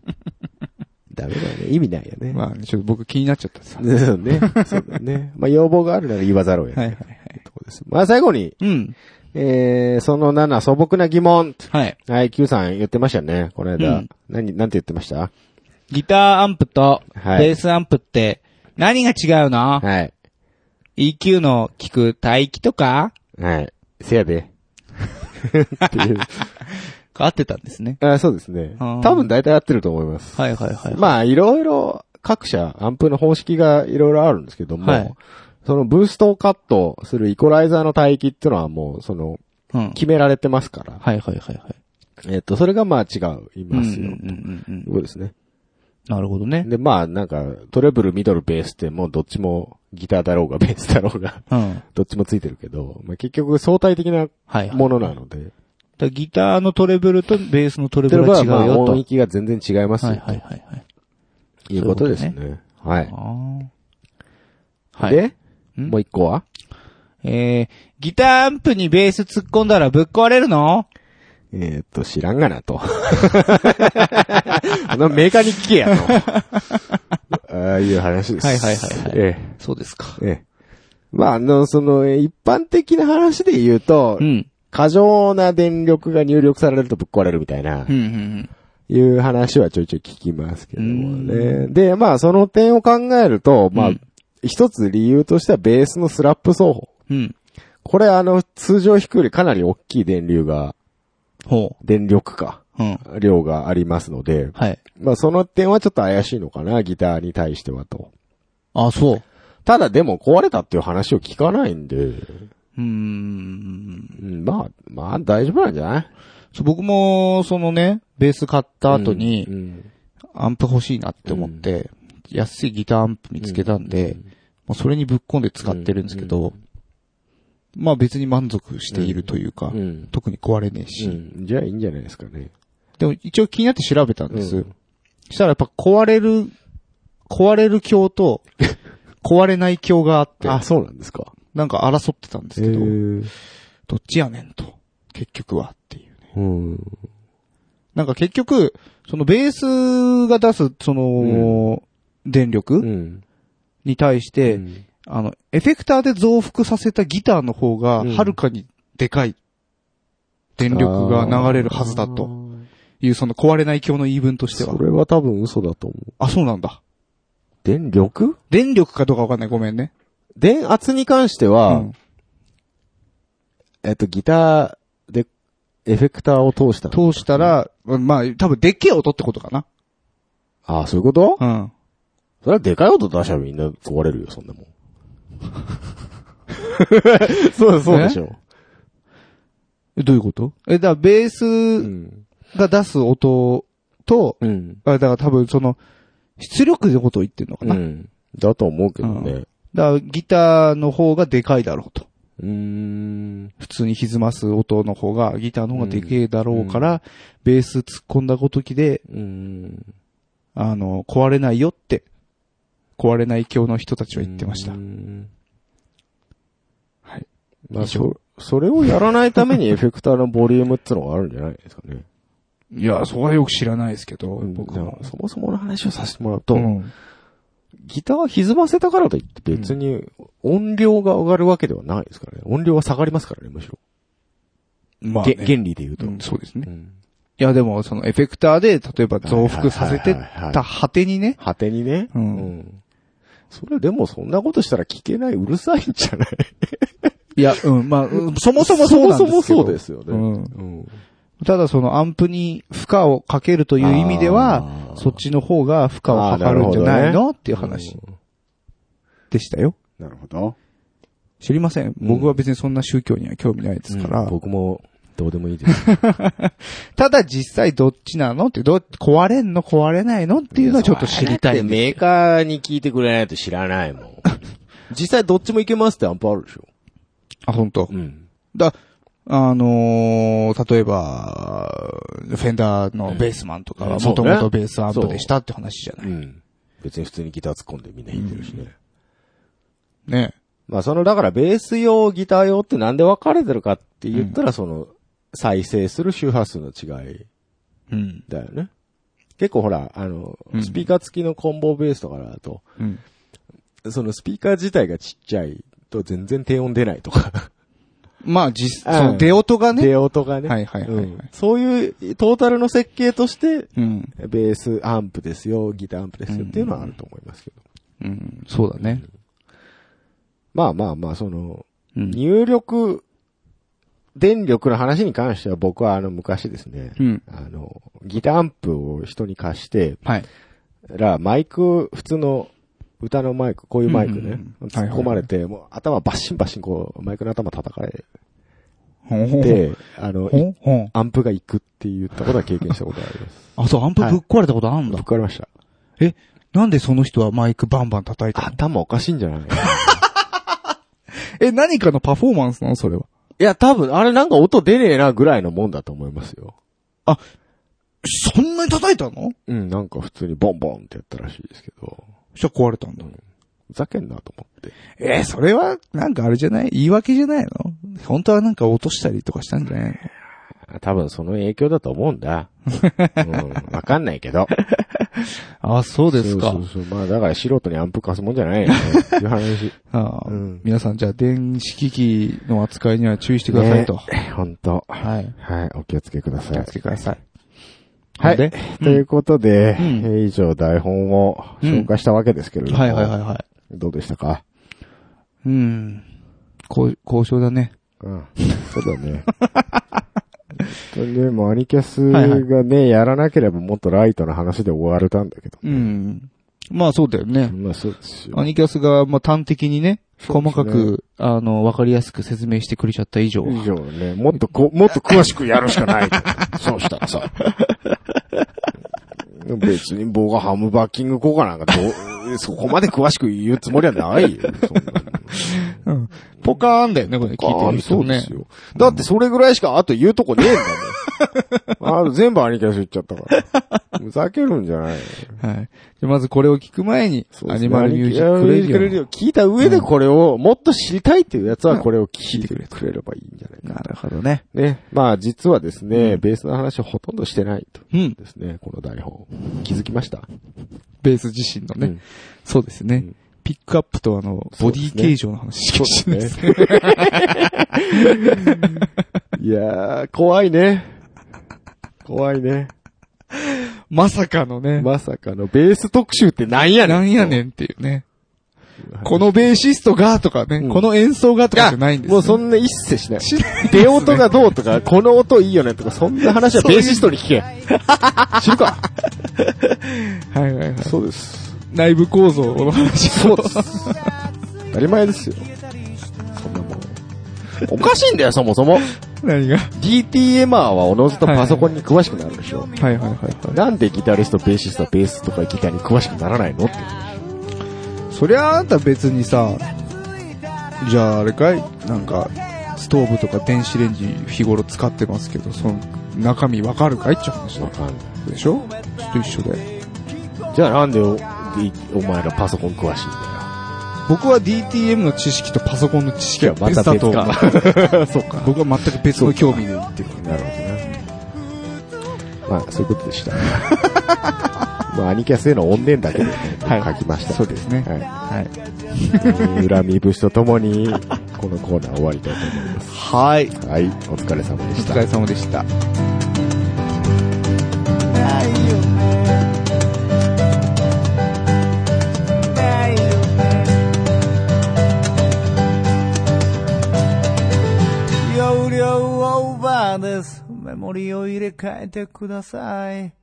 ダメだよね。意味ないよね。
まあ、ちょっと僕気になっちゃったです。
そうね。そうだね。まあ、要望があるなら言わざるを得ない。
はいはいはい。
とこですまあ、最後に、
うん。
えー、その7、素朴な疑問。
はい。
はい、Q さん言ってましたね。この間。
うん
何、なんて言ってました
ギターアンプと
はい
ベースアンプって何が違うの、
はい。
?EQ の効く帯域とか
はい。せ やで。っていう
が合ってたんですね。
あそうですね。
あ
多
ー
分大体合ってると思います。
はいはいはい。
まあ、いろいろ、各社、アンプの方式がいろいろあるんですけども、
はい
そのブーストをカットするイコライザーの帯域っていうのはもう、その、
うん。
決められてますから、
はいはいはいはい。
えっと、それがまあ違う、いますよ。
うんうんうん
そう
うん
ですね。
なるほどね。
で、まあ、なんか、トレブル、ミドル、ベースってもうどっちもギターだろうが、ベースだろうが、
うん。はい
どっちもついてるけど、まあ結局相対的な
はい。
ものなので、
だからギターのトレブルとベースのトレ
例
ブ
え
ル
ば
は違
ま
う
あ
よと。
音域が全然違いますよ、
はいはいはいはい。
ということです
そ
ね。はい。
ああ。はい。
で、
ん
もう一個は
えー、ギターアンプにベース突っ込んだらぶっ壊れるの
えーっと、知らんがなと。 あのメーカーに聞けやと。ああいう話です。
はいはいはいはい
え
そうですか
え、。ええ。まあ、あの、その、え一般的な話で言うと、
うん。
過剰な電力が入力されるとぶっ壊れるみたいな
うんうんうん。
いう話はちょいちょい聞きますけどもね。で、まあその点を考えると、まあ、
うん
一つ理由としてはベースのスラップ奏法。
うん。
これあの、通常弾くよりかなり大きい電流が、
ほ
電力か、
う。うん。
量がありますので、
はい。
まあその点はちょっと怪しいのかな、ギターに対してはと。
あ、そう。
ただでも壊れたっていう話を聞かないんで、
うーん。
うんまあ、まあ大丈夫なんじゃない
そう僕も、そのね、ベース買った後に、
うん
アンプ欲しいなって思って、安いギターアンプ見つけたんで、まあ、それにぶっ込んで使ってるんですけど、まあ別に満足しているというか、
うん
特に壊れねえし、
うんじゃあいいんじゃないですかね。
でも一応気になって調べたんです。
う
したらやっぱ壊れる、壊れる鏡 と、壊れない鏡があって、
あ、そうなんですか。
なんか争ってたんですけど、
へー
どっちやねんと、結局はっていうね。
うん。
なんか結局、そのベースが出す、その、電
う
力
ん。
に対して、あの、エフェクターで増幅させたギターの方が、
うん
はるかにでかい、電力が流れるはずだ
あ
と
ー。
いう、その壊れない鏡の言い分としては
そ。れは多分嘘だと思う。
あ、そうなんだ。
電力
電力かどうかわかんない。ごめんね。
電圧に関しては、
うん
えっと、ギターで、エフェクターを通した。
通したら、まあ、多分でっけえ音ってことかな。
ああ、そういうこと、
うん。
それはでかい音出しゃみんな壊れるよ、そんなもん。 そう、そうでしょ。
どういうことえ、だからベー
う
ス
ん。
が出す音と、
うん。
あだから多分その、出力のことを言ってんのか
う
な。
ん。だと思うけどね。
だからギターの方がでかいだろうと。
うーん。
普通に歪ます音の方が、ギターの方がでけえだろうから、ベース突っ込んだごときで、
うん。
あの、壊れないよって、壊れない教の人たちは言ってました
う。ん
はい。
まあ、
以上
そ、それをやらないためにエ フェクターのボリュームってのがあるんじゃないですかね。
いや、そこはよく知らないですけど、
じ
僕
ゃ
も
あ。そもそもの話をさせてもらうと、
うん。
ギター歪ませたからといって別に音量が上がるわけではないですからね。音量は下がりますからね、むしろ。
まあ、
げ
ね、
原理で言うと。
うんそうですね。
うん
いや、でも、そのエフェクターで、例えば増幅させて
はいはいはいはい
た果てにね、
果てにね。
うん
んそれでもそんなことしたら聞けない、うるさいんじゃ ない
いや、うん、まあ、うんそもそもそうなんですけど。
そもそもそうですよね。
うん
ん
ただ、そのアンプに負荷をかけるという意味では、
あー
そっちの方が負荷をかかるんじゃないの、っていう話でしたよ。
なるほど。
知りません。
うん
僕は別にそんな宗教には興味ないですから。
うん僕もどうでもいいです。
ただ実際どっちなのって、どう、壊れんの壊れないのっていうのはちょっと知りたい
だってメーカーに聞いてくれないと知らないもん。 実際どっちもいけますってアンプあるでしょ。
あ、本当。
ん。
だ、あのー例えば、フェンダーのベースマンとか
う
は
んそう
もと
ね
もとベースアンプでしたって話じゃな
う
い。
ん。別に普通にギター突っ込んでみんな弾いてるしね。
ね。
まあその、だからベース用、ギター用ってなんで分かれてるかって言ったら、その、再生する周波数の違い
うん。
だよね。結構ほら、あの
う、ん
スピーカー付きのコンボベースとかだと、
うん。
そのスピーカー自体がちっちゃいと全然低音出ないとか、
まあ実、
うん
その出音がね。
出音がね。
はいはいはいはい
うんそういうトータルの設計として、
うん。
ベースアンプですよ、ギターアンプですよっていうのはあると思いますけど。
うん。そうだね。
まあまあまあ、その、
うん。
入力、電力の話に関しては僕はあの昔ですね、
うん。
あの、ギターアンプを人に貸して
はい。
ら、マイク、普通の歌のマイク、こういうマイクね
うん、うん
突っ込まれて、もう頭バッシンバッシンこう、マイクの頭叩かれ
ほんほんほん
て、あの、
ほんほん。
アンプが行くって言ったことは経験したことあり ます。
あ、そう、アンプぶっ壊れたことあるん
ぶっ
だ。
壊れました。
なんでその人はマイクバンバン叩いたの
頭おかしいんじ ゃない
え、何かのパフォーマンスなのそれは。
いや、多分、あれなんか音出ねえなぐらいのもんだと思いますよ。
そんなに叩いたの
うん、なんか普通にボンボンってやったらしいですけど、
じゃ壊れたんだ。
ふざけんなと思って。
えーそれは、なんかあれじゃない言い訳じゃないの本当はなんか落としたりとかしたんじゃない
多分その影響だと思うん だ。うん、わかんないけど。
のあ、そう
そうそうそう。まあだから素人にアンプ貸すもんじゃない よね。いう話。
あー
うん
皆さん、じゃあ、電子機器の扱いには注意してくださいと。
ね。ほんと。
はい。
はい、お気をつけくだ
お気
さ
を
い
つ。けください。
はい。
で
ということで、
うん
えー以上台本を紹介したわけですけれども、
はいはいはいはい。
どうでしたか
うん。交交渉だね。
うん。そうだ ね。本当にでもアニキャスがね、やらなければもっとライトな話で終われたんだけど。
うん。まあそうだよね。
まあそうですよ。
アニキャスが、まあ端的にね、
そう
細
ですね
かく、あの、わかりやすく説明してくれちゃった以上は
以上ね、もっとこ、もっと詳しくやるしか ない。そうしたらさ。別に僕がハムバッキング効果なんかどう、そ こまで詳しく言うつもりはないよ。そんなの
ポカーンだよね、これ聞いてる人ね
あーそう。ですよ。だってそれぐらいしかあと言うとこねえんだも ん。あー全部アニキャス言っちゃったから。ふざけるんじゃない
はい。じゃまずこれを聞く前に、
そう
ア
です
ニ
ね
マルミュージッ
ア
ク
ニマル
レ
ミュー
デ
ジックレデ
ィ
ィオを聞いた上でこれをもっと知りたいっていうやつはこれを聞いてくれくれればいいんじゃない
オ。
か
なるほどね。
な。ね。まあ実はですね、ベースの話をほとんどしてないと。
うん。
ですね、この台本。気づきました
ベース自身のね。
うん
そうですね。
ん
ピックアップとあの、ボディ形状の話しかしてないですね。
いやー、怖いね。怖いね。
まさかのね。
まさかのベース特集ってなんやねん。
なんやねんっていうね。
はい
このベーシストがとかね、
うん
この演奏がとかじゃないんです、ね。
もうそんな一切しない。
しない
出音がどうとか、この音いいよねとか、そんな話はベーシストに聞け。 知るか
はいはいはい。
そうです。
内部構造の話。
そうです。当たり前ですよ。そんなもん。おかしいんだよ、そもそも。
何が
DTMR はおのずとパソコンに詳しくなるでしょ。
はいはいはいは
なんでギタリスト、ベーシスト、ベースとかギターに詳しくならないのって。
い。そりゃあんた別にさ、じゃああれかいなんか、ストーブとか電子レンジ日頃使ってますけど、その中身わかるかいって話
わかんない。
でしょちょっと一緒で。
じゃあなんでお、でお前らパソコン詳しいんだよ。
僕は DTM の知識とパソコンの知識は別だと思う。
そうか。
僕は全く別の興味で言ってる。
なるほどね。ま あ、そういうことでした。 まあ、アニキャスへの怨念だけでね、
はい
書きました。
そうですね。
はい。
はい。
えー恨み節とともに、このコーナー終わりたいと思います。
はい。
はい、お疲れ様で
お
した
疲。れ様でした。
容量オーバーです。メモリを入れ替えてください。